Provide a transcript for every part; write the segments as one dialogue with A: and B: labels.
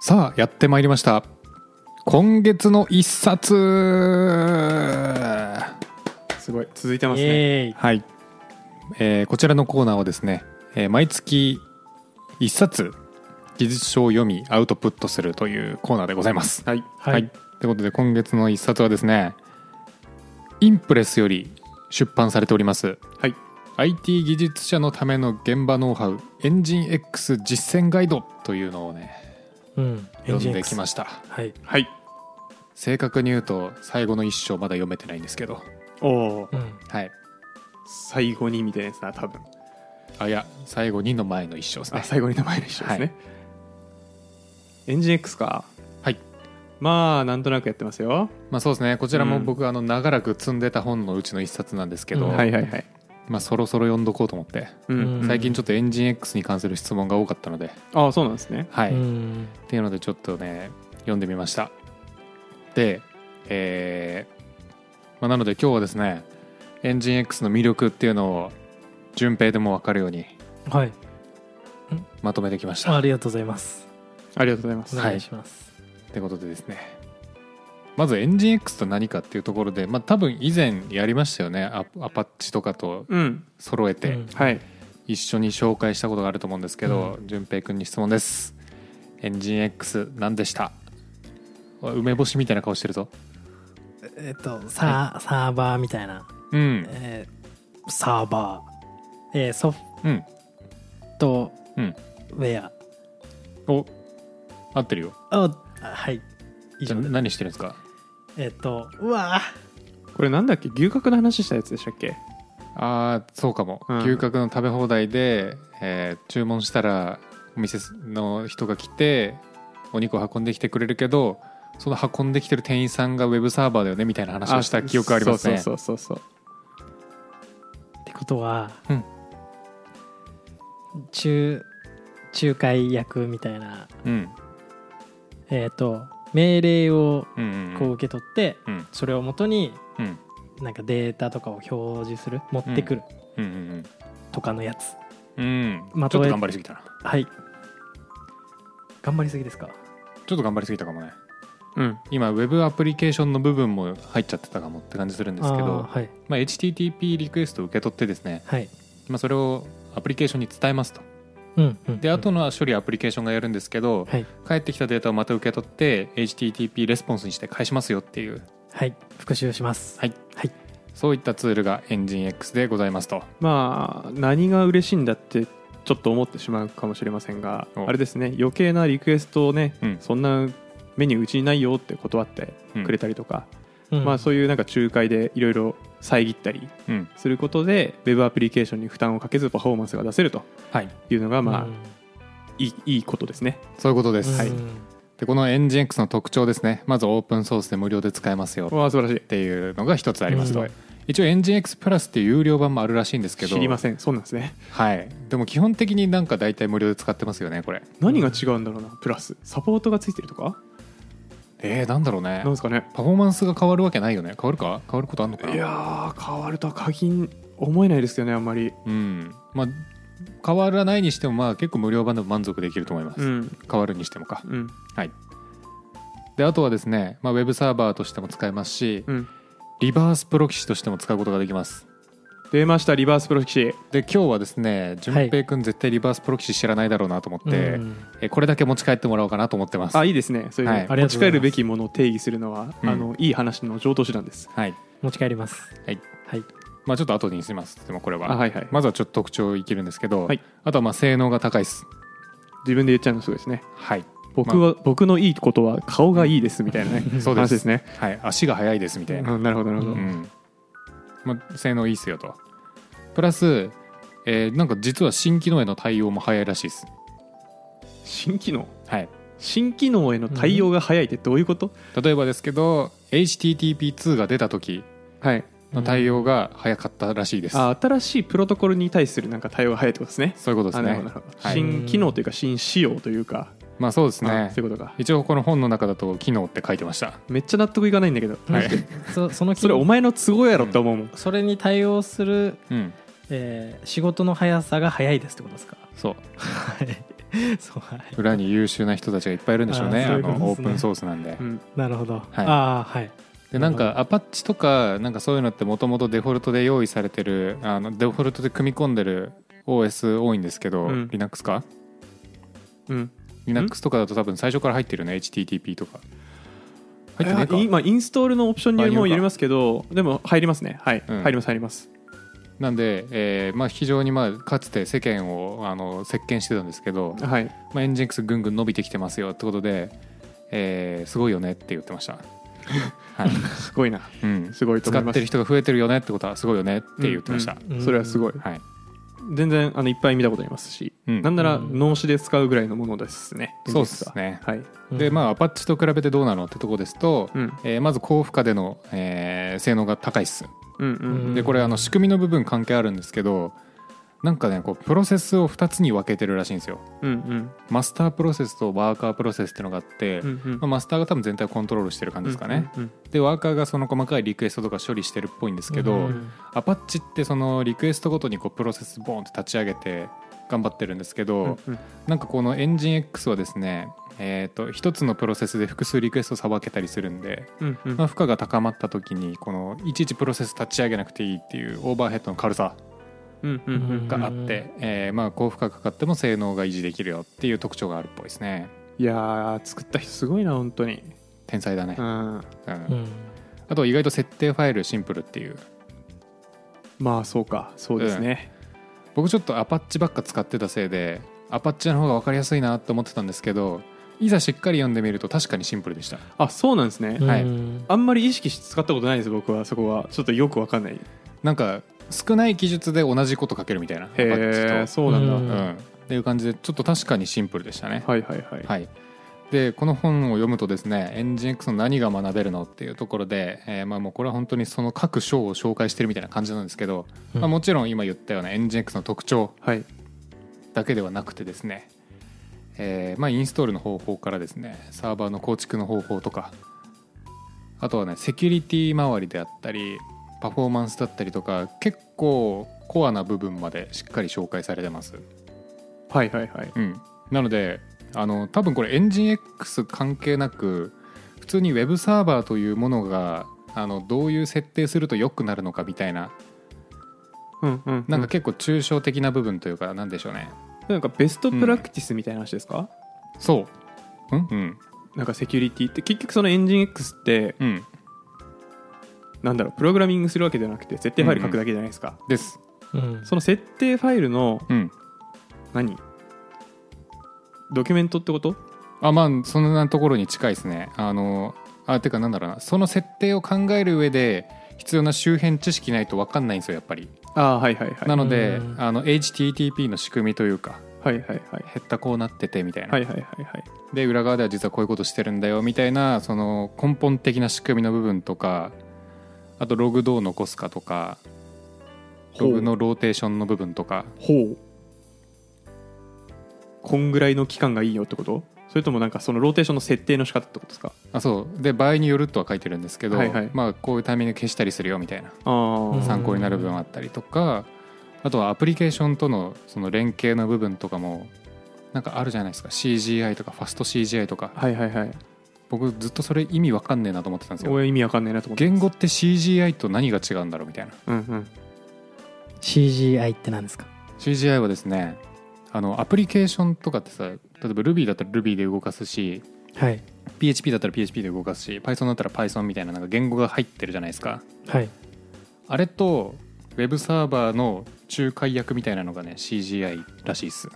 A: さあやってまいりました今月の一冊
B: すごい続いてます
C: イ
B: ね
C: エーイ
A: はい、えーこちらのコーナーはですね、えー毎月1冊技術書を読みアウトプットするというコーナーでございます。
B: はい
A: は
C: はい
A: いということで今月の1冊はですねインプレスより出版されております
B: はい
A: IT 技術者のための現場ノウハウエンジン X 実践ガイドというのをね
C: うん
A: 読んできま
C: し
A: した
C: たはい
B: はい
A: 正確に言うと最後の一章まだ読めてないんですけど
B: おおー
C: うん
A: はい
B: 最後にみたいなやつだ多分
A: あいや最後にの前の一章ですね
B: あ最後に名前の一緒ですね、
A: はい
B: エンジン X か
A: はい
B: まあなんとなくやってますよ
A: まあそうですねこちらも
B: うん
A: 僕、あの長らく積んでた本のうちの一冊なんですけど、
C: うん
B: はいはいはい、
A: まあ、そろそろ読んどこうと思って、
B: うん
C: うん
A: 最近ちょっとエンジン X に関する質問が多かったので、
B: ああそうなんですね
A: はい、
C: う
A: っ
C: ん
A: ていうのでちょっとね読んでみましたでえーまあ、なので今日はですねエンジン X の魅力っていうのを順平でも分かるように
C: はい
A: まとめてきました
C: ありがとうございます
B: ありがとうございます
C: お願いします
A: ってことでですねまずエンジン X と何かっていうところで、まあ、多分以前やりましたよねアアパッチとかと
B: うん
A: 揃えて、
C: うん
B: はい
A: 一緒に紹介したことがあると思うんですけど、順平くんに質問ですエンジン X 何でしたお梅干しみたいな顔してるぞ
C: えっとサーサーバーみたいな
A: うん
C: えーサーバーえーソフ
A: うん
C: ト
A: うん
C: ウェア
A: お合ってるよ
C: あはい以
A: じゃ
C: 上
A: あ
C: です
A: 何してるんですか
C: えっとうわー
B: これなんだっけ牛角の話したやつでしたっけ
A: あーそうかも、
B: うん
A: 牛角の食べ放題で、えー注文したらお店の人が来てお肉を運んできてくれるけどその運んできてる店員さんがウェブサーバーだよねみたいな話をした記憶ありますね
B: そうそうそうそう
C: ってことは、
A: うん
C: 中仲介役みたいな
A: うん
C: えっ、と命令を
A: うんうん
C: こう受け取って、
A: うん
C: それをもとに
A: うん
C: なんかデータとかを表示する持ってくる
A: うんうん
C: とかのやつ、
A: うんうん
C: ま
A: ちょ
C: と
A: っ
C: え
A: と頑張りすぎたな
C: はい頑張りすぎですか
A: ちょっと頑張りすぎたかもね
B: うん
A: 今ウェブアプリケーションの部分も入っちゃってたかもって感じするんですけ
C: あ
A: ど
C: ーはい
A: まあ、HTTP リクエストを受け取ってですね、
C: はい
A: まあ、それをアプリケーションに伝えますと
C: うんうん
A: で後の処理はアプリケーションがやるんですけど、
C: はい
A: 返ってきたデータをまた受け取って HTTP レスポンスにして返しますよっていう
C: はい復習します
A: はい、
C: はい
A: そういったツールがエンジン X でございますと
B: まあ何が嬉しいんだってちょっと思ってしまうかもしれませんが
A: お
B: あれですね余計なリクエストをね、
A: うん
B: そんなメニューうちにないよって断ってくれたりとか、まあ、そういうなんか仲介でいろいろ遮ったり
A: うん
B: することでウェブアプリケーションに負担をかけずパフォーマンスが出せると
A: はい
B: いうのが
C: うん
B: まあ、
C: うん
B: いいいいことですね
A: そういうことです、
C: うん
A: でこのエンジン X の特徴ですねまずオープンソースで無料で使えますよっ
B: わあ素晴らしい
A: ていうのが一つありますと、
C: うん
A: 一応エンジン X プラスっていう有料版もあるらしいんですけど
B: 知りませんそうなんですね
A: はい、でも基本的になんか大体無料で使ってますよねこれ
B: 何が違うんだろうなプラスサポートがついてるとか
A: えー、なんだろうね
B: なんですかね
A: パフォーマンスが変わるわけないよね変わるか変わることあんのかない
B: やー変わるとは限り思えないですよねあんまり
A: うんまあ変わらないにしてもまあ結構無料版でも満足できると思います、
B: うん
A: 変わるにしてもか
B: うん
A: はいであとはですね、まあ、ウェブサーバーとしても使えますし、
B: うん
A: リバースプロキシとしても使うことができます
B: 出ましたリバースプロキシ
A: で今日はですね順平くん絶対リバースプロキシ知らないだろうなと思って、
C: うん
A: えこれだけ持ち帰ってもらおうかなと思ってます
B: あいいですねそういう、
A: はい
C: あ
B: 持
C: りがと
B: ち
C: うござい
B: 帰
C: ます
B: るべきものを定義するのは、
A: うん
B: あのいい話の上等手段です
A: はい、
C: 持ち帰ります
A: はい
C: はい
A: まあ、ちょっと後にしますでもこれは
B: あはいはい
A: まずはちょっと特徴を生きるんですけど、
B: はい
A: あとはまあ性能が高いです。
B: 自分で言っちゃうのすごいですね
A: はい。
B: 僕は、僕のいいことは顔がいいですみたいなね
A: そうです
B: 話ですね、
A: はい。足が速いですみたいな。
B: うんなるほどなるほど、
C: う
A: うん。まあ、性能いいっすよと。プラス、えーなんか実は新機能への対応も早いらしいです。
B: 新機能
A: はい。
B: 新機能への対応が早いってどういうこと、
A: 例えばですけど、HTTP2 が出た時
B: はい
A: の対応が早かったらしいです。
B: あ新しいプロトコルに対するなんか対応が早いってことですね
A: そういうことです
B: あなるほ
A: ね
B: どな。るほど
A: はい
B: 新機能というか新仕様というか、
A: まあそうです
B: あ
A: ね
B: そう。いうことか
A: 一応この本の中だと機能って書いてました。
B: めっちゃ納得いかないんだけど、
A: はい。
C: そその気
B: それお前の都合やろって思うもん、
C: それに対応する
A: うん。
C: えー仕事の速さが速いですってことですか
A: そう。
C: はい そうはい
A: 裏に優秀な人たちがいっぱいいるんでしょうねあ
C: あーそういうこと
A: のオ
C: です
A: ー
C: ね
A: プンソースなんで、
B: うん
C: なるほど、ああはい
A: でなんかアパッチとかなんかそういうのってもともとデフォルトで用意されてるあのデフォルトで組み込んでる OS 多いんですけど、
B: うん
A: Linux か
B: うん、
A: Linux とかだと多分最初から入ってるね HTTP とか入ってないか
B: いや今インストールのオプションにより
A: あ
B: も
A: いるのか
B: 入れますけどでも入りますねはい、
A: うん
B: 入ります入ります
A: なんで、えーまあ、非常に、まあ、かつて世間をあの席巻してたんですけど、
B: はい
A: まあ、エンジン X ぐんぐん伸びてきてますよってことで、えーすごいよねって言ってま した、はい
B: すごいな
A: うん、
B: すごいと
A: 使
B: 思い
A: っ
B: ます
A: てる人が増えてるよねってことはすごいよねって言ってました、
B: うんそれはすごい
A: はい、
B: 全然あのいっぱい見たことありますし、
A: うん
B: なんなら
C: うん
B: 脳死で使うぐらいのものですね
A: そうっすね
B: はい、
A: でまあアパッチと比べてどうなのってとこですと、
B: うん、
A: えーまず高負荷での、えー性能が高いっす
B: うんうん
A: でこれあの仕組みの部分関係あるんですけどなんかねこうプロセスを2つに分けてるらしいんですよ
B: うんうん
A: マスタープロセスとワーカープロセスってのがあって、
B: うんうん
A: まあマスターが多分全体をコントロールしてる感じですかね、
B: うんうん
A: でワーカーがその細かいリクエストとか処理してるっぽいんですけど、
C: うん
A: アパッチってそのリクエストごとにこうプロセスボーンって立ち上げて頑張ってるんですけど、
B: うんうん
A: なんかこのエンジン X はですね、えー、と一つのプロセスで複数リクエストさばけたりするんで、
B: うんうん
A: まあ、負荷が高まった時にこのいちいちプロセス立ち上げなくていいっていうオーバーヘッドの軽さ
B: うんうんうん
A: があって、えーまあ、高負荷かかっても性能が維持できるよっていう特徴があるっぽいですね
B: いやー作った人すごいな本当に
A: 天才だね
B: う、ん
A: うん
C: うん
A: あと意外と設定ファイルシンプルっていう
B: まあそうかそうですね、
A: 僕ちょっとアパッチばっか使ってたせいでアパッチの方が分かりやすいなと思ってたんですけどいざしっかり読んでみると確かにシンプルでした
B: あそうなんですね、
C: うん
A: はい
C: うん
B: あんまり意識して使ったことないです僕はそこはちょっとよくわかんないへ
A: なんか少ない記述で同じこと書けるみたいなアパ
B: え
A: ッチと
B: そうなんだ、
C: うん
A: うんっていう感じでちょっと確かにシンプルでしたね
B: はいはいはい、
A: はいでこの本を読むとですねエンジン X の何が学べるのっていうところで、えーまあもうこれは本当にその各章を紹介してるみたいな感じなんですけど、
C: うん
A: まあ、もちろん今言ったようなエンジン X の特徴
B: はい
A: だけではなくてですね、えーまあ、インストールの方法からですねサーバーの構築の方法とかあとはねセキュリティ周りであったりパフォーマンスだったりとか結構コアな部分までしっかり紹介されてます、
B: はいはいはい
A: うん、なのであの多分これエンジン X 関係なく普通に Web サーバーというものがあのどういう設定すると良くなるのかみたいな
B: うんうんうん
A: なんか結構抽象的な部分というかなんでしょうね
B: なんかベストプラクティスみたいな話ですか、
A: そううんうん
B: なんかセキュリティって結局そのエンジン X って
A: うん
B: なんだろうプログラミングするわけじゃなくて設定ファイル書くだけじゃないですか、
A: です
C: うん
B: その設定ファイルの
A: うん
B: 何ドキュメントってこと
A: あまあそんなところに近いですねあのあてかなんだろうなその設定を考える上で必要な周辺知識ないと分かんないんですよやっぱり、
B: ああはいはいはい
A: なので
C: うん
A: あの HTTP の仕組みというか
B: はいはいはい
A: 減ったこうなっててみたいな、
B: はいはいはいはい
A: で裏側では実はこういうことしてるんだよみたいなその根本的な仕組みの部分とかあとログどう残すかとか
B: ほ
A: ロ
B: う
A: グのローテーションの部分とか
B: ほうこんぐらいの期間がいいよってことそれともなんかそのローテーションの設定の仕方ってことですか
A: あそうで場合によるとは書いてるんですけど、
B: はいはい
A: まあ、こういうタイミングで消したりするよみたいな
B: あー、
C: うん
A: 参考になる部分あったりとかあとはアプリケーションとのその連携の部分とかもなんかあるじゃないですか CGI とかファスト CGI とか
B: はいはいはい
A: 僕ずっとそれ意味わかんねえなと思ってたんですよ
B: 俺意味わかんないなと思って
A: 言語って CGI と何が違うんだろうみたいな
B: うんうん、
C: CGI って何ですか
A: CGI はですねあのアプリケーションとかってさ例えば Ruby だったら Ruby で動かすし
C: はい
A: PHP だったら PHP で動かすし Python だったら Python みたいななんか言語が入ってるじゃないですか
C: はい
A: あれと Web サーバーの仲介役みたいなのがね CGI らしいっす
B: へ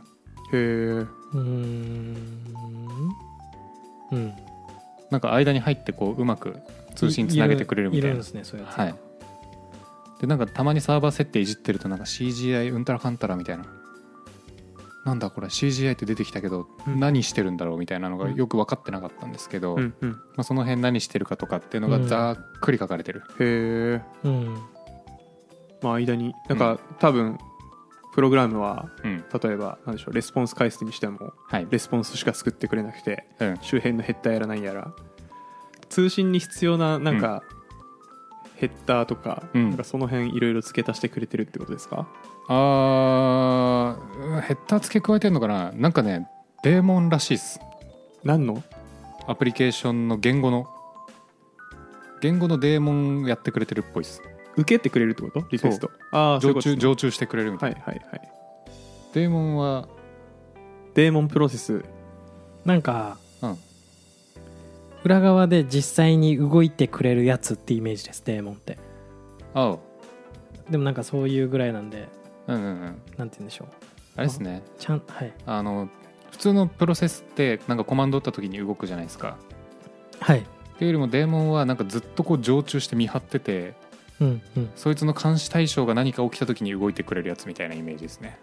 B: え
C: うーんうん
A: なんか間に入ってこううまく通信つなげてくれるみたい
C: いる
A: なん
C: で。すねそういうやつ
A: はい。でなんかたまにサーバー設定いじってるとなんか CGI うんたらかんたらみたいな。なんだこれ CGI って出てきたけど
B: うん
A: 何してるんだろうみたいなのがよく分かってなかったんですけど、
B: う
A: ま
B: んうん
A: あ、その辺何してるかとかっていうのがざっくり書かれてる、
B: へえ
C: うん
B: まあ間になんか、多分プログラムは
A: うん
B: 例えばなんでしょうレスポンス返すにしても
A: はい
B: レスポンスしか作ってくれなくて
A: うん、
B: 周辺のヘッダーやら何やら通信に必要ななんか、ヘッダーとか,、
A: うん
B: なんかその辺いろいろ付け足してくれてるってことですか
A: あーヘッダー付け加えてんのかななんかねデーモンらしいっす
B: 何の
A: アプリケーションの言語の言語のデーモンやってくれてるっぽいっす
B: 受けてくれるってことリクエストああそう
A: 常
B: いうこと
A: 駐常駐してくれるみたい
B: はいはいはい
A: な、デーモンは
B: デーモンプロセス
C: なんか、
A: うん
C: 裏側で実際に動いてくれるやつってイメージですデーモンって
A: 青
C: でもなんかそういうぐらいなんで
A: うんうんうん
C: なんて言うんでしょう
A: あれですね
C: ちゃんはい
A: あの普通のプロセスってなんかコマンド打った時に動くじゃないですか
C: はい
A: っていうよりもデーモンはなんかずっとこう常駐して見張ってて
C: うんうん
A: そいつの監視対象が何か起きた時に動いてくれるやつみたいなイメージですね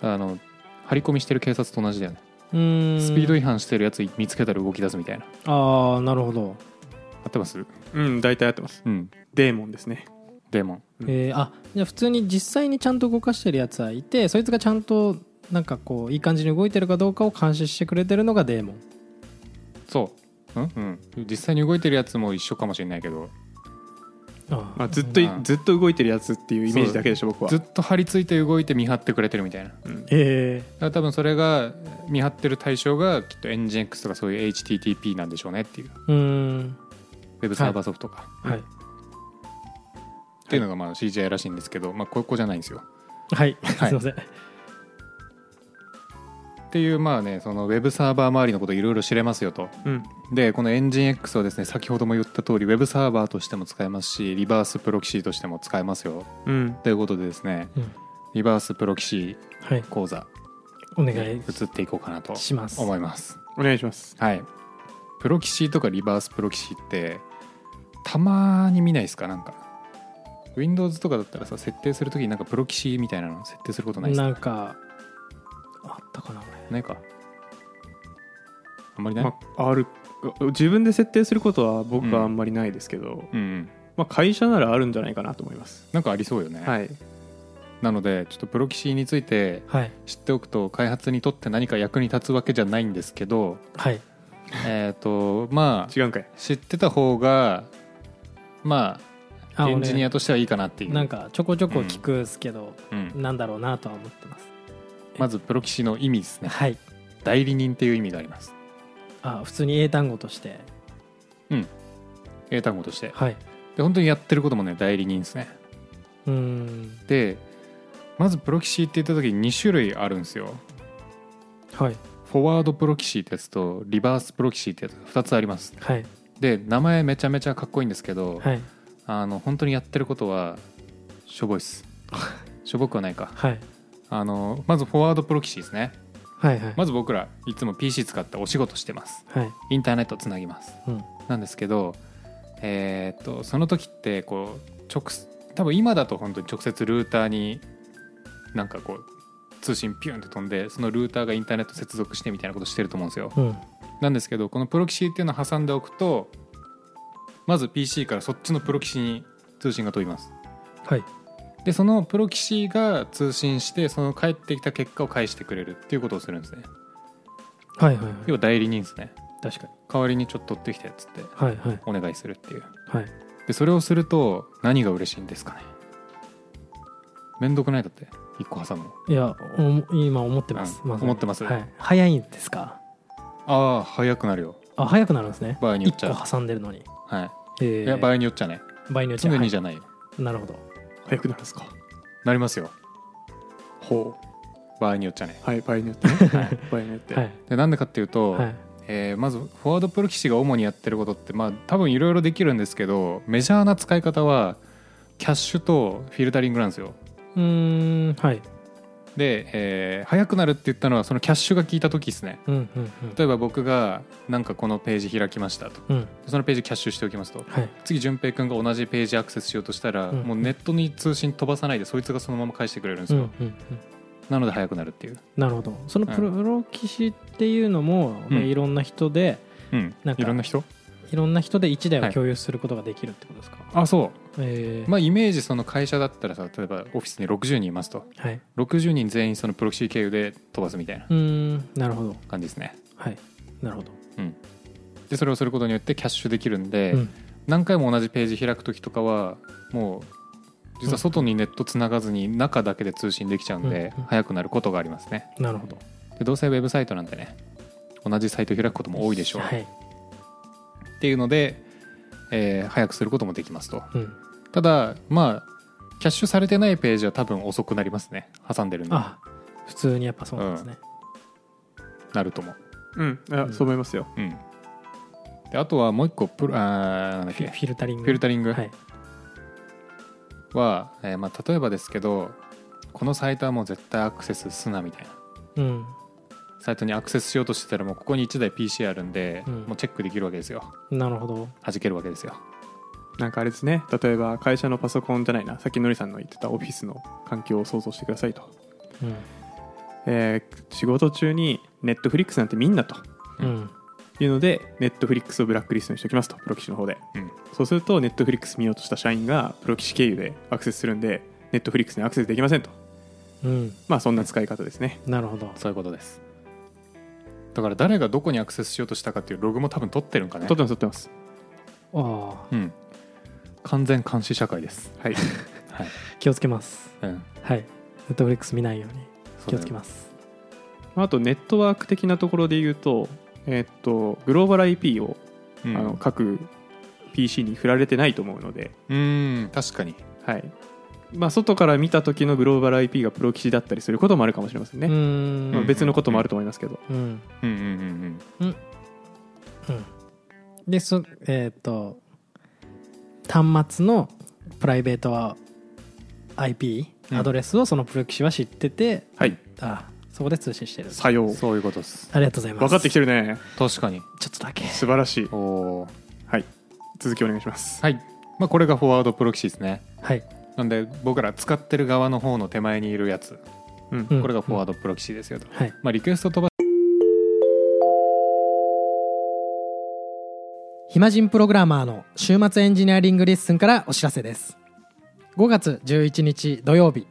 A: あの張り込みしてる警察と同じだよね
C: うーん
A: スピード違反してるやつ見つけたら動き出すみたいな
C: ああなるほど、
A: 合ってます
B: うん大体合ってます
A: うん
B: デーモンですね
A: デーモン
B: うん
C: えーあじゃあ普通に実際にちゃんと動かしてるやつはいてそいつがちゃんとなんかこういい感じに動いてるかどうかを監視してくれてるのがデーモン
A: そううんうん実際に動いてるやつも一緒かもしれないけど
C: あ
B: まあ、ずっとい
A: うん
B: ずっと動いてるやつっていうイメージだけでしょ僕は
A: ずっと張り付いて動いて見張ってくれてるみたいなだか
C: え
A: ら多分それが見張ってる対象がきっとエンジン X とかそういう HTTP なんでしょうねっていう
C: ー、うーん
A: ウェブサーバーソフトとか、
C: はい
A: っていうのがまあ CGI らしいんですけど、まあ、ここじゃないんですよ
C: はい、
A: はい
C: すいません
A: っていうまあねそのウェブサーバー周りのこといろいろ知れますよと
B: うん
A: でこのエンジン X はですね先ほども言った通りウェブサーバーとしても使えますしリバースプロキシーとしても使えますよ
B: うん
A: ということでですね、
C: うん
A: リバースプロキシ
C: はい
A: ー講座
C: お
A: に
C: 願い
A: 移っていこうかなと
C: します
A: 思います
B: お願いします
A: はいプロキシーとかリバースプロキシーってたまに見ないですかなんか Windows とかだったらさ設定するときになんかプロキシーみたいなの設定することないです
C: な
A: か
C: んかあったかなこ
A: ないかあんまりない、
B: まあ、ある自分で設定することは僕はあんまりないですけど、
A: うんうん
B: まあ、会社ならあるんじゃないかなと思います
A: なんかありそうよね、
B: はい
A: なのでちょっとプロキシーについて
C: れはい
A: 知っておくと開発にとって何か役に立つわけじゃないんですけど
C: はい
A: えっとまあ
B: 違うんかい
A: 知ってた方がまあ
C: あ
A: エンジニア
C: 俺
A: としてはいいかなっていう
C: なんかちょこちょこ聞くっすけど、
A: うん
C: なんだろうなとは思ってます
A: まずプロキシの意味ですね
C: はい
A: 代理人っていう意味があります
C: あ普通に英単語として
A: 英単語として
C: はい
A: で本当にやってることもね代理人ですね
C: うーん
A: でまずプロキシって言った時に2種類あるんですよ
C: はい
A: フォワードプロキシってやつとリバースプロキシってやつが2つあります
C: はい
A: で名前めちゃめちゃかっこいいんですけど、
C: はい
A: あの本当にやってることはしょぼいっ すしょぼくはないか
C: はい
A: あのまずフォワードプロキシですね
C: はいはい
A: まず僕らいつも PC 使ってお仕事してます
C: はい
A: インターネットつなぎます
C: うん
A: なんですけどえーっとその時ってこう直す多分今だと本当に直接ルーターになんかこう通信ピュンって飛んでそのルーターがインターネット接続してみたいなことしてると思うんですよ
C: うん
A: なんですけどこのプロキシっていうのを挟んでおくとまず PC からそっちのプロキシに通信が飛びます
C: はい
A: でそのプロ棋士が通信してその返ってきた結果を返してくれるっていうことをするんですね
C: はいはい
A: 要は代理人ですね
C: 確かに
A: 代わりにちょっと取ってきてっつって
C: はいはい
A: お願いするっていう
C: はい
A: でそれをすると何が嬉しいんですかねめんどくないだって一個挟むの
C: いやおも今思ってます、
A: うん
C: まさに
A: 思ってます
C: はい、早いんですか
A: ああ早くなるよ
C: あ早くなるんですね
A: 場合によっちゃ
C: 1個挟んでるのに
A: はい、
C: え
A: いや場合によっちゃね
C: 倍によっちゃ
A: 常にじゃないよ、
C: はいなるほど
B: 早くなるんですか
A: なりますよ
B: ほ
A: 場合によっちゃね
B: うはい場合によってね、場合によって、
C: はい
A: でなんでかっていうと、
C: はい
A: えーまずフォワードプロ棋士が主にやってることってまあ多分いろいろできるんですけどメジャーな使い方はキャッシュとフィルタリングなんですよ
C: うーんはい
A: で、えー早くなるって言ったのはそのキャッシュが効いた時ですね
C: うんうんうん
A: 例えば僕がなんかこのページ開きましたと
C: うん
A: そのページキャッシュしておきますと
C: はい
A: 次淳平君が同じページアクセスしようとしたら、
C: うん
A: もうネットに通信飛ばさないでそいつがそのまま返してくれるんです
C: うんう
A: よ、
C: んうん
A: なので早くなるっていう、
C: なるほどそのプロ棋士っていうのも、
A: うん
C: いろんな人で
A: うん
C: なんか
A: いろんな人
C: いろんな人で1台
A: は
C: を
A: い
C: 共有することができるってことですか、
A: あそ
C: え
A: うまあイメージその会社だったらさ例えばオフィスに60人いますと
C: あ、はい
A: 60人全員そのプロキシ経由で飛ばすみたいな
C: うーんなるほど
A: 感じですね
C: はいなるほど、
A: でそれをすることによってキャッシュできるんで、
C: うん
A: 何回も同じページ開く時とかはもう実は外にネットつながずに中だけで通信できちゃうんで
C: うんうん
A: 早くなることがありますね
C: なるほど
A: でどうせウェブサイトなんてね同じサイト開くことも多いでしょう、
C: はい、
A: っていうので、えー早くすることもできますと
C: うん、
A: ただまあキャッシュされてないページは多分遅くなりますね挟んでるんで
C: あ普通にやっぱそうなんですね、
A: なるとも
B: うん
C: う
B: あ
C: ん
B: そう思いますよ
A: うんであとはもう一個プロあーなんだっ
C: フィ
A: け
C: フィルタリング
A: フィルタリング
C: はい、
A: は、えーまあ、例えばですけどこのサイトはもう絶対アクセスすなみたいな
C: うん
A: サイトにアクセスしようとしてたらもうここに1台 PC あるんで、
C: うん
A: もうチェックできるわけですよ
C: なるほど
A: 弾けるわけですよ
B: なんかあれですね例えば会社のパソコンじゃないなさっきのりさんの言ってたオフィスの環境を想像してくださいと、
C: うん
B: えー仕事中にネットフリックスなんてみんなと
C: うん
B: いうのでネットフリックスをブラックリストにしておきますとプロ棋士の方で
A: うん
B: そうするとネットフリックス見ようとした社員がプロ棋士経由でアクセスするんでネットフリックスにアクセスできませんと
C: うん
B: まあそんな使い方ですね
C: なるほど
A: そういうことですだから誰がどこにアクセスしようとしたかっていうログも多分取ってるんかね
B: 撮ってます撮ってます
C: あ
A: うん完全監視社会です
B: はい
A: はい、
C: あ気をつけます
A: うん、
C: はいネットフリックス見ないように気をつけ
A: ま
C: ます
B: まああとネットワーク的なところで言うとえーっとグローバル IP を
A: す、う
B: あ
A: ん、
B: の各 PC に振られてないと思うので
A: うん確かに
B: はいまあ外から見た時のグローバル IP がプロ棋士だったりすることもあるかもしれません
C: う
B: ね、
C: ん
B: まあ別のこともあると思いますけど
C: うん
A: うんうんうん
C: うんでそえっ、と端末のプライベートは IP
A: うん
C: アドレスをそのプロ棋士は知ってて、
B: はい
C: あそこで通信してる
B: さよ
A: うん
B: う
A: そういうことです
C: ありがとうございます
B: 分かってきてるね
A: 確かに
C: ちょっとだけ
B: 素晴らしい
A: おおー
B: はい続きお願いします
A: はい、まあ、これがフォワードプロ棋士ですね
C: はい、
A: なんで僕ら使ってる側の方の手前にいるやつ
B: うん
C: うん
A: これがフォワードプロ棋士ですよと、
C: はい
A: まあ、リクエスト飛ば
C: 暇人プログラマーの週末エンジニアリングレッスンからお知らせです5月11日土曜日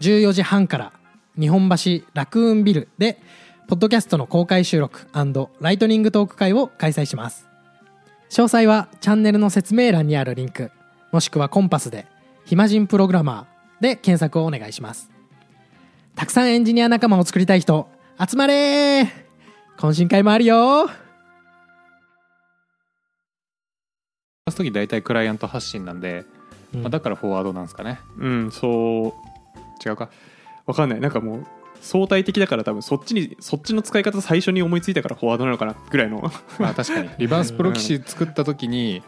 C: 14時半から日本橋ラクーンビルでポッドキャストの公開収録ライトニングトーク会を開催します詳細はチャンネルの説明欄にあるリンクもしくはコンパスで「暇人プログラマー」で検索をお願いしますたくさんエンジニア仲間を作りたい人集まれー懇親会もあるよ
A: す時大体クライアント発信なんで、
C: うん
A: まあ、だからフォワードなんですかね
B: うんそう
A: 違うか
B: わかんないなんかもう相対的だから多分そっちにそっちの使い方最初に思いついたからフォワードなのかなぐらいの
A: まあ確かに リバースプロ棋士作った時に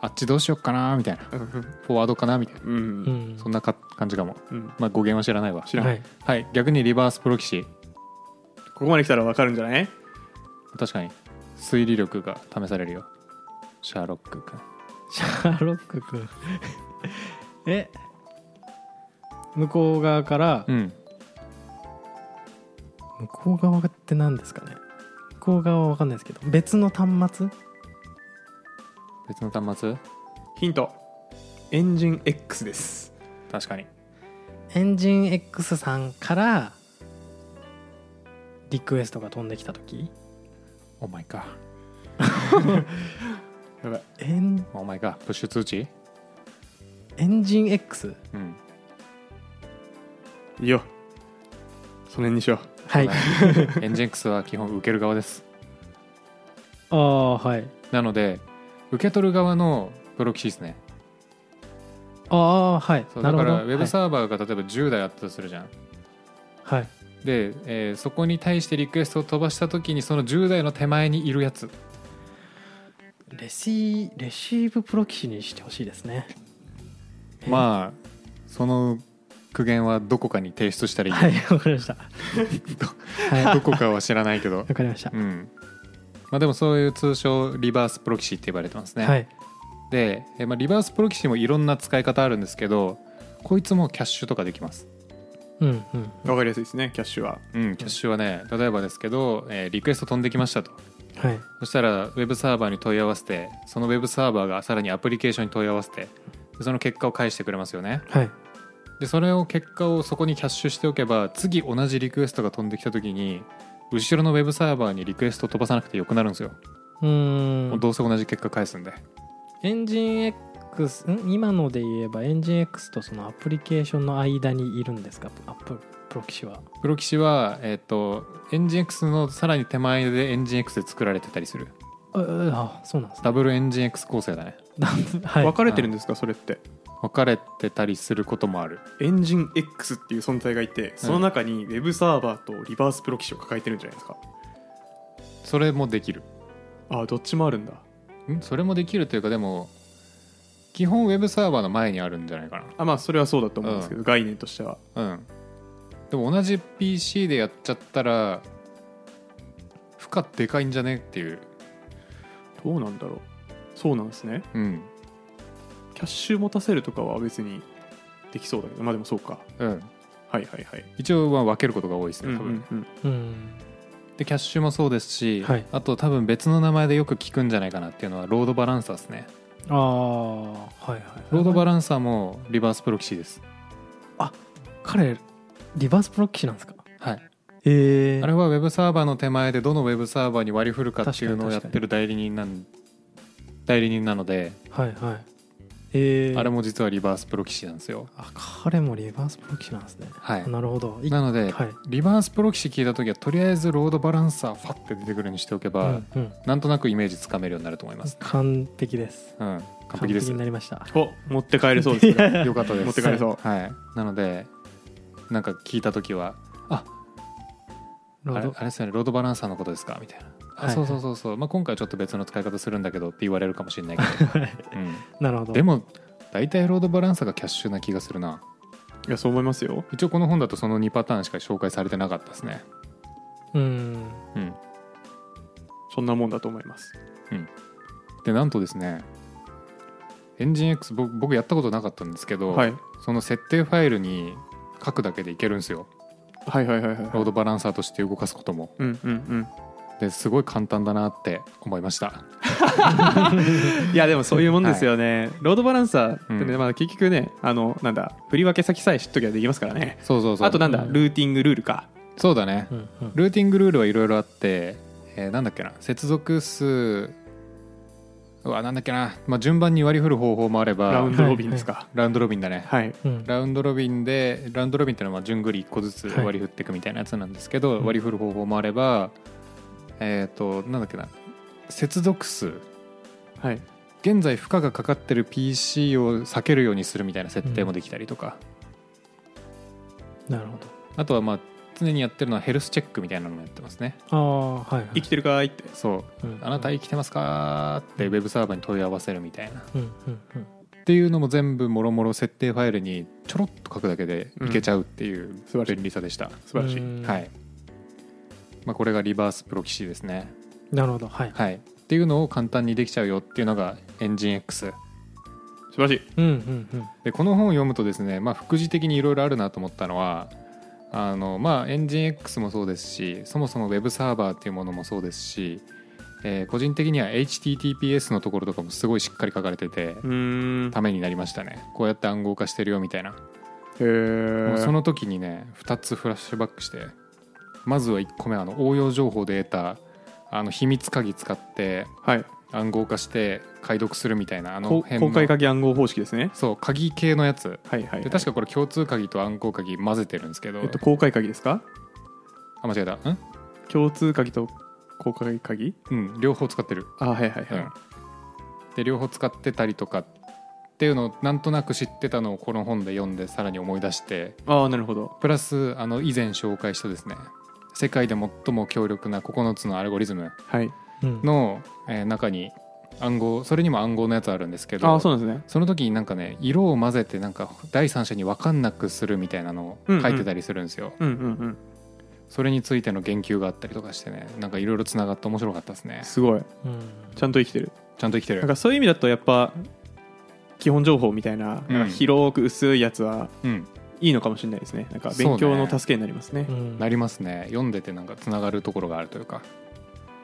A: あっちどうしよっかなみたいなフォワードかなみたいな
B: うん、
C: う
B: うん
C: ん
A: そんなか感じかもまあ語源は知らないわ
B: 知らん、
C: はい
A: はい逆にリバースプロ棋士
B: ここまで来たらわかるんじゃない
A: 確かに推理力が試されるよシャーロック君
C: シャーロック君 え向こう側から、
A: うん
C: 向こう側って何ですかね向こう側は分かんないですけど別の端末
A: 別の端末
B: ヒントエンジン X です
A: 確かに
C: エンジン X さんからリクエストが飛んできた時
A: お前か
B: やばい
C: エン
A: お前かプッシュ通知
C: エンジン X
A: うん
B: いいよその辺にしよ
C: はいあ
A: エンジェンクスは基本受ける側です
C: あーはい
A: なので受け取る側のプロ棋士ですね
C: ああはい
A: そう
C: な
A: だ
C: る
A: か
C: ほど
A: らウェブサーバーが例えば10台あったとするじゃん、
C: はい、はい
A: で、えーそこに対してリクエストを飛ばした時にその10代の手前にいるやつ
C: レシーレシーブプロ棋士にしてほしいですね
A: まあその苦言はどこかに提出したらいい、
C: はいわかりま したは い
A: どこかは知らないけど
C: わかりました
A: うんまあでもそういう通称リバースプロ棋士って呼ばれてますね、
C: はい
A: で、えーまあ、リバースプロ棋士もいろんな使い方あるんですけどこいつもキャッシュとかできます
C: うんうん
B: うわかりやすいですねキャッシュは
A: うんキャッシュはね例えばですけど、えーリクエスト飛んできましたと
C: はい
A: そしたらウェブサーバーに問い合わせてそのウェブサーバーがさらにアプリケーションに問い合わせてでその結果を返してくれますよね
C: はい
A: でそれを結果をそこにキャッシュしておけば次同じリクエストが飛んできた時に後ろのウェブサーバーにリクエストを飛ばさなくてよくなるんですよ、
C: うー
A: もうんどうせ同じ結果返すんで
C: エンジン X ん今ので言えばエンジン X とそのアプリケーションの間にいるんですかアッププロキシは
A: プロキシは、えっとエンジン X のさらに手前でエンジン X で作られてたりする
C: ああそうなんですね
A: ダブルエンジン X 構成だね
C: はい
B: 分かれてるんですかそれって
A: 分かれてたりすることもある
B: エンジン X っていう存在がいてその中にウェブサーバーとリバースプロキシを抱えてるんじゃないですか
A: それもできる
B: ああどっちもあるんだ
A: んそれもできるというかでも基本ウェブサーバーの前にあるんじゃないか
B: あまあそれはそうだと思うんですけど、概念としては
A: なうんでも同じ PC でやっちゃったら負荷でかいんじゃねっていう
B: どうなんだろうそうなんですね
A: うん
B: キャッシュ持たせるとかは別にできそうだけどまあでもそうか
A: うん
B: はいはいはい
A: 一応は分けることが多いです
B: う
A: ね
B: ん
A: 多
B: う
A: 分、
B: んうん
C: うん
A: でキャッシュもそうですし、
C: はい
A: あと多分別の名前でよく聞くんじゃないかなっていうのはロードバランサーですね
C: ああはいはい
A: ロードバ
C: ラ
A: ランサーもリバースプロキシです
C: 彼リバースプロキシなんですか
A: はい、
C: ええ
A: あれはウェブサーバーの手前でどのウェブサーバーに割り振るかっていうのをやってる代理人なん代理人なので、
C: はいはいええ
A: あれも実はリバースプロキシなんですよ
C: あ彼もリバースプロキシなんですね
A: はい
C: なるほどい
A: なので、
C: はい
A: リバースプロキシ聞いた時はとりあえずロードバランサーファッて出てくるようにしておけば、
C: うんうん
A: なんとなくイメージつかめるようになると思います、
C: 完璧です
A: うん、完璧です
C: になりました
B: お持って帰れそうです ね
A: よかったです
B: 持ってかれそう
A: はい、なのでなんか聞いた時はあ
C: ロ
A: あ
C: ー
A: れ
C: ド
A: あれですよねロードバランサーのことですかみたいな、
C: はい
A: あそうそうそうそう、まあ、今回はちょっと別の使い方するんだけどって言われるかもしれないけど、
C: なるほ
A: うん、
C: ど
A: でも大体ロードバランサーがキャッシュな気がするない
B: やそう思いますよ
A: 一応この本だとその2パターンしか紹介されてなかったですね
C: うん
A: うん
B: そんなもんだと思います
A: でなんとですねエンジン X 僕僕やったことなかったんですけど、
B: はい
A: その設定ファイルに書くだけでいけるんですよ
B: はいはいはいはい
A: ロードバランサーとして動かすことも
B: うんうん
A: ですごい簡単だなって思いました
B: うん、いやでもそういうもんですよね、ロードバランサーってね、
A: うん
B: まあ、結局ねあのなんだ振り分け先さえ知っときゃできますからね
A: そうそうそう
B: あとなんだ
C: うん
B: ルーティングルールか
A: そうだね、
C: うんうん
A: ルーティングルールはいろいろあって、えーなんだっけな接続数うわなんだっけな、まあ、順番に割り振る方法もあれば
B: ラウンドロビンですか
A: ラウンドロビンだね、
B: はい、
C: うん
A: ラウンドロビンでラウンドロビンっていうのはまあ順繰り1個ずつ
C: はい
A: 割り振っていくみたいなやつなんですけど、
C: うん
A: 割り振る方法もあればえっ、となんだっけな接続数
B: はい、
A: 現在負荷がかかってる PC を避けるようにするみたいな設定もできたりとか、
C: なるほど
A: あとはまあ常にやってるのはヘルスチェックみたいなのもやってますね
C: ああはいはい
B: 生きてるかーいって
A: そう
C: うん
A: あなた生きてますかってウェブサーバーに問い合わせるみたいなっ
C: うんうんうん
A: ていうのも全部もろもろ設定ファイルにちょろっと書くだけでいけちゃうっていう
B: 素晴らしい
A: 便利さでした、
B: 素晴らしい、
C: うん
A: はい、まあ、これがリバースプロキシーですね
C: なるほどはい
A: はいっていうのを簡単にできちゃうよっていうのがエンジン X
B: 素晴らしい
C: うんうんうん
A: でこの本を読むとですね、まあ、副次的にいろいろあるなと思ったのはあの、まあ、エンジン X もそうですしそもそも Web サーバーっていうものもそうですし、えー個人的には HTTPS のところとかもすごいしっかり書かれてて、
B: うーん
A: ためになりましたねこうやって暗号化してるよみたいな、
B: へ
A: もう
B: ー
A: その時にね2つフラッシュバックしてまずは1個目あの応用情報で得たあの秘密鍵使って
B: はい
A: 暗号化して解読するみたいなあの
B: こ
A: 辺の
B: 公開鍵暗号方式ですね
A: そう鍵系のやつ
B: はいはい、はい、
A: で確かこれ共通鍵と暗号鍵混ぜてるんですけど、
B: えっと、公開鍵ですか
A: あ間違えたん
B: 共通鍵と公開鍵
A: うん両方使ってる、
B: あはいはいは
A: う
B: い、
A: ん、で両方使ってたりとかっていうのをなんとなく知ってたのをこの本で読んでさらに思い出して
B: ああなるほど
A: プラスあの以前紹介したですね世界で最も強力な9つのアルゴリズム
B: はい
C: うん
A: の、えー中に暗号それにも暗号のやつあるんですけど
B: ああそうなんですね
A: その時になんかね色を混ぜてなんか第三者に分かんなくするみたいなのを書いてたりするんですよ、
B: うんうんうん
A: それについての言及があったりとかしてねなんかいろいろつながって面白かったですね
B: すごい
C: うん
B: ちゃんと生きてる
A: ちゃんと生きて
B: なん
A: る
B: かそういう意味だとやっぱ基本情報みたいな,、
A: うん
B: 広く薄いやつは
A: うん
B: いいのかもしれないですねなんか
A: そうね
B: 勉強の助けになりますね
C: うん
A: なりますね読んでてなんかつながるところがあるというか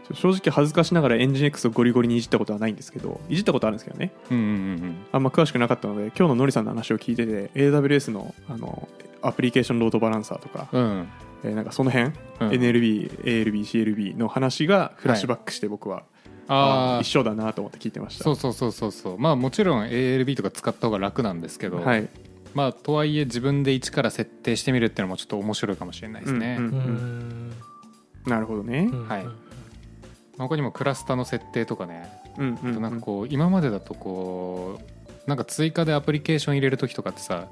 B: ちょ正直恥ずかしながらエンジン X をゴリゴリにいじったことはないんですけどいじったことあるんですけどね
A: うんうんうん
B: あんま詳しくなかったので今日ののりさんの話を聞いてて AWS のあのアプリケーションロードバランサーとか、
A: うんうん
B: えーなんかその辺、
A: うん
B: NLB、ALB、CLB の話がフラッシュバックして僕は
A: ああー
B: 一緒だなと思って聞いてました
A: そうそうそうそうそうまあもちろん ALB とか使った方が楽なんですけど、
B: はい
A: まあとはいえ自分で一から設定してみるっていうのもちょっと面白いかもしれないですね、
B: うんうん
C: うん
B: なるほどね
C: うん
A: はいまあ他にもクラスターの設定とかね、
B: うんう
A: あ
B: ん
A: となんかこう今までだとこうなんか追加でアプリケーション入れる時とかってさ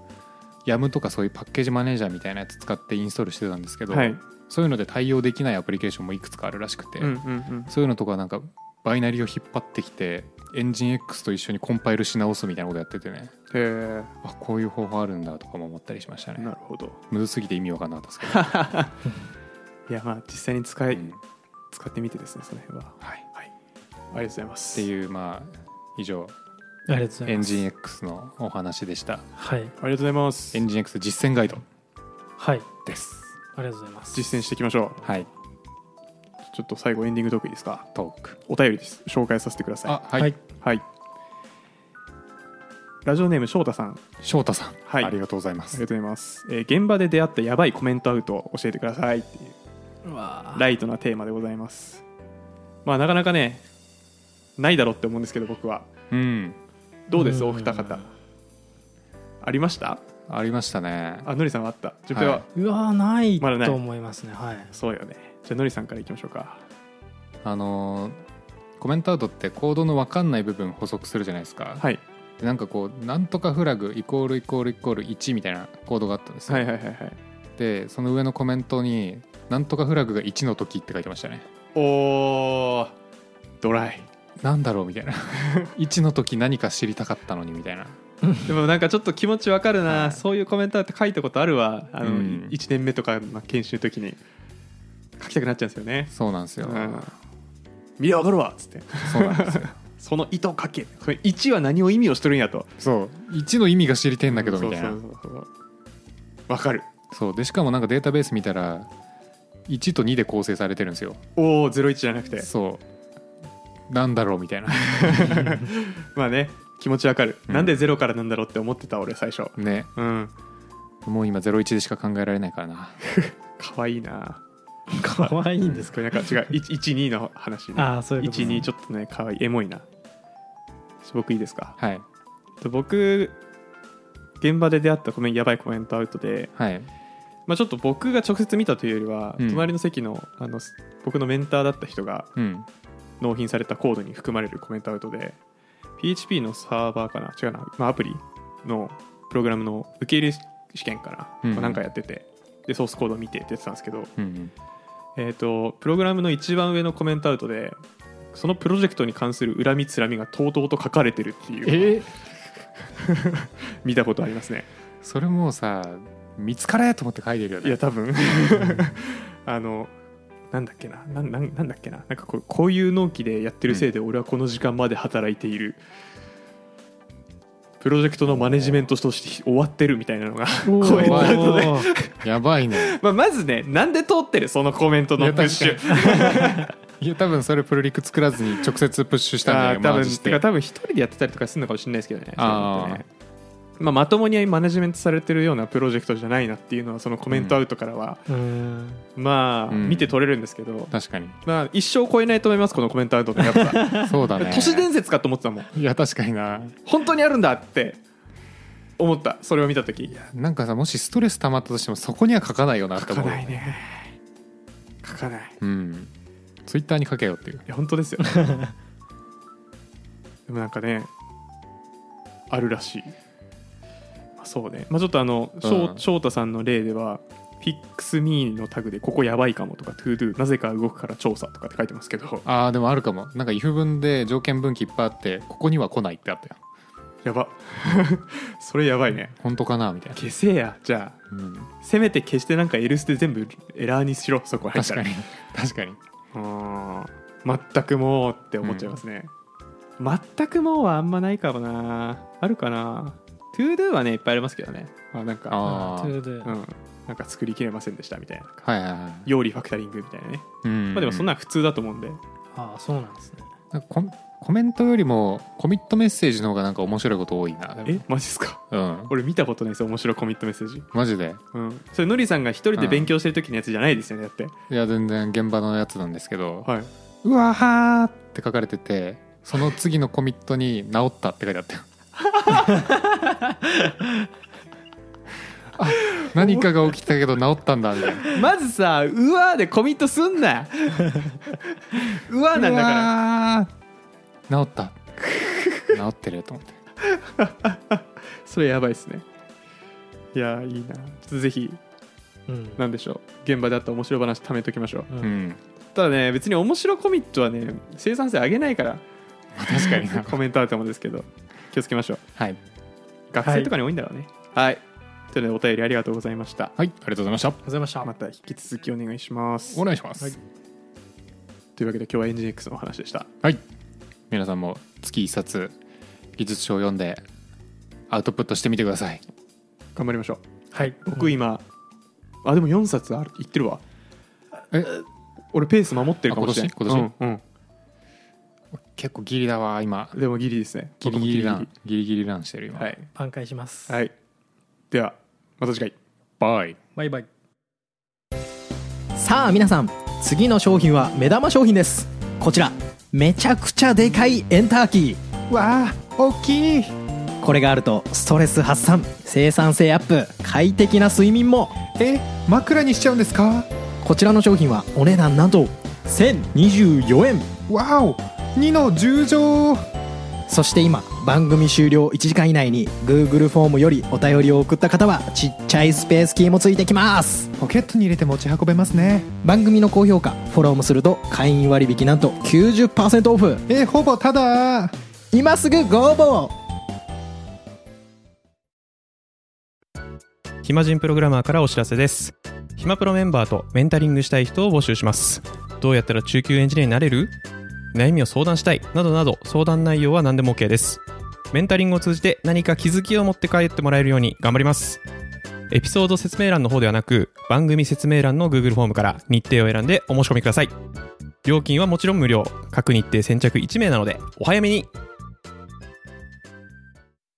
A: YAM とかそういうパッケージマネージャーみたいなやつ使ってインストールしてたんですけど、
B: はい
A: そういうので対応できないアプリケーションもいくつかあるらしくて、
B: うんうん
A: そういうのとかなんかバイナリーを引っ張ってきてエンジン X と一緒にコンパイルし直すみたいなことやっててね
B: うんへ
A: あこういう方法あるんだとかも思ったりしました
B: え
A: ね
B: なるほど
A: むずすぎて意味わかんなかったですけど、
B: いやまあ実際に使い
A: うん
B: 使ってみてですねその辺は
A: はい、っ
B: ありがとうございます
A: ていうまあ以上
C: ありがとうござい
A: エン
C: ます
A: ジン X のお話でした
C: はい
B: ありがとうございます
A: エンジン X 実践ガイド
C: はい
A: です
C: ありがとうございます
B: 実践していきましょう
A: はい
B: ちょっと最後エンディングトークいいですか
A: トーク
B: お便りです紹介させてくださ
A: あはい、
C: はい
B: いはいラジオネーム翔太さん
A: 翔太さん、
B: はい
A: ありがとうございま
B: あり
A: す
B: がとうございます、えー現場で出会ったやばいコメントアウトを教えてくださいっていう
C: うわー
B: ライトなテーマでございますまあなかなかねないだろうって思うんですけど僕は
A: うん
B: どうです
C: うん
B: お二方ありました
A: ありましたね
B: あのりさんはあった順平は、
A: はいう
C: わーない
B: まだない
C: と思いますねはい
B: そうよねじゃあのりさんからいきましょうか
A: あのーコメントアウトってコードの分かんない部分補足するじゃないですか、
B: はい
A: でなんかこうなんとかフラグイコールイコールイコール1みたいなコードがあったんですよ、
B: はいはいはいはい
A: でその上のコメントに「なんとかフラグが1の時」って書いてましたね
B: おードライ
A: なんだろうみたい な1の時何か知りたかったのにみたいな
B: でもなんかちょっと気持ちわかるな、
A: はい
B: そういうコメントだって書いたことあるわあの、
A: うん
B: 1年目とかの研修の時に書きたくなっちゃうんですよね、
A: そうなんですよ、
B: うん見りゃわかるわっつって
A: そうなんですよ
B: その意図を書けこれ1は何を意味をしてるんやと
A: そう1の意味が知りてんだけどみたいな
B: そうそうそうわかる
A: そうでしかもなんかデータベース見たら1と2で構成されてるんですよ
B: おお01じゃなくて
A: そうなんだろうみた いな
B: まあね気持ちわかる、
A: うん
B: なんで0からなんだろうって思ってた俺最初
A: ね
B: うん
A: もう今01でしか考えられないからな
B: かわいいな
C: かわいいんです
B: これなんか違 う12の話ね、
C: ああそういうこと
B: 12ちょっとねかわいいエモいな僕いいですか
A: はい
B: と僕現場で出会ったコメンやばいコメントアウトで、
A: はい
B: まあ、ちょっと僕が直接見たというよりは、
A: うん
B: 隣の席のあのす僕のメンターだった人が
A: うん
B: 納品されたコードに含まれるコメントアウトで PHP のサーバーかな違うな、まあ、アプリのプログラムの受け入れ試験かな、
A: うん
B: まあなんかやっててでソースコードを見てってやってたんですけど、
A: うんうん
B: えー、とプログラムの一番上のコメントアウトでそのプロジェクトに関する恨みつらみがとうとうと書かれてるってい
A: え
B: う見たことありますね
A: それもうさ見つかれと思って書いてるよ
B: い
A: ね
B: や多分 あのなんだっけななんなんなんだっけななんかこうこういう納期でやってるせいで俺はこの時間まで働いている、プロジェクトのマネジメントとして終わってるみたいなのが
C: おー
B: コメントアウトで
C: おー
A: やばいね
B: まあまずねなんで通ってるそのコメント
A: い
B: の
A: や
B: プッシュ
A: 確 いや多分それプルリク作らずに直接プッシュしたん
B: あ
A: だ
B: あ
A: よ
B: ー多
A: マ
B: 分
A: ジ
B: て
A: で
B: か多分一人でやってたりとかするのかもしれないですけどね
A: あー
B: そういうのってねまあ、まともにマネジメントされてるようなプロジェクトじゃないなっていうのはそのコメントアウトからは、
C: うーん
B: ま
A: う
B: あ、
A: ん
B: 見て取れるんですけど、
A: 確かに
B: まあ、一生超えないと思いますこのコメントアウトのやっぱ
A: そうだね
B: 都市伝説かと思ってたもん
A: いや確かにな
B: 本当にあるんだって思ったそれを見た時
A: なんかさもしストレス溜まったとしてもそこには書かないよなって
B: 書
A: 思
B: か
A: う
B: ないね書かない
A: うんツイッターに書けよっていう
B: いや本当ですよ でもなんかねあるらしい、まあ、そうねまあちょっとあの、しょう
A: うん
B: 翔太さんの例では「FixMe」のタグで「ここやばいかも」とか「ToDo」なぜか動くから調査とかって書いてますけど
A: あーでもあるかもなんか if 文で条件分岐いっぱいあってここには来ないってあったよ
B: やば それやばいね
A: 本当かなみたいな、
B: 消せやじゃあ
A: うん、
B: せめて消してなんかエルスで全部エラーにしろそこ入っ
A: 確
B: た
A: からに確かに
B: うーん全くもうって思っちゃいますね、全くもうはあんまないかもなあるかな ToDo はねいっぱいありますけどね、まあ、なんか
A: ああ
C: ということで
B: うんなんか作りきれませんでしたみたいな
A: はいはいはい
B: 用理ファクタリングみたいなね、
A: うん
B: まあ、でもそんな普通だと思うんで、
C: ああそうなんですね
A: なんかココメントよりもコミットメッセージの方がなんか面白いこと多いなで
B: え
A: も
B: マジっすか
A: うん
B: 俺見たことないですよ面白いコミットメッセージ、
A: マジで
B: うん、それのりさんが一人で勉強してる時のやつじゃないですよねだって、
A: いや全然現場のやつなんですけど
B: はいう
A: わーって書かれててその次のコミットに「治った」って書いてあ ったよあ何かが起きたけど治ったんだみたいな
B: まずさ「うわ」でコミットすん なうわなんだから
A: うわー治 った治ってると思って
B: それやばいですねいやーいいなぜひ
C: うん
B: なんでしょう現場であった面白話貯めときましょう
C: う
A: うんん、
B: ただね別に面白コミットはね生産性上げないから
A: まあ、確かに な
B: コメントあると思うんですけど気をつけましょう
A: はい、
B: 学生とかに多いんだろうねはい、ということでお便りありがとうございました
A: はい、ありがとうございました
C: ございました
B: また引き続きお願いします
A: お願いします、
C: はい
B: というわけで今日はエンジン X のお話でした
A: はい皆さんも月1冊技術書を読んでアウトプットしてみてください
B: 頑張りましょう
C: はい
B: 僕今、あでも4冊あるいってるわ
A: え
B: 俺ペース守ってるかもしれない
A: あ今年今
B: うんうん
A: 結構ギリだわ今
B: でもギリですね
A: ギリギリラン
B: 僕も
A: ギリギリランしてる今、
B: はい、
C: 挽回します
B: はい、ではまた次回
A: バイ
C: バイバイさあ皆さん次の商品は目玉商品ですこちらめちゃくちゃでかいエンターキー
B: わあ大きい
C: これがあるとストレス発散生産性アップ快適な睡眠も
B: え枕にしちゃうんですか
C: こちらの商品はお値段なんと1024円
B: わお2の10乗
C: そして今番組終了1時間以内に Google フォームよりお便りを送った方はちっちゃいスペースキーもついてきます
B: ポケットに入れて持ち運べますね
C: 番組の高評価フォローもすると会員割引なんと90%オフ
B: えほぼただ
C: 今すぐご応募を
D: 暇人プログラマーからお知らせです暇プロメンバーとメンタリングしたい人を募集しますどうやったら中級エンジニアになれる悩みを相談したいなどなど相談内容は何でも OK ですメンタリングを通じて何か気づきを持って帰ってもらえるように頑張りますエピソード説明欄の方ではなく番組説明欄の Google フォームから日程を選んでお申し込みください料金はもちろん無料各日程先着1名なのでお早めに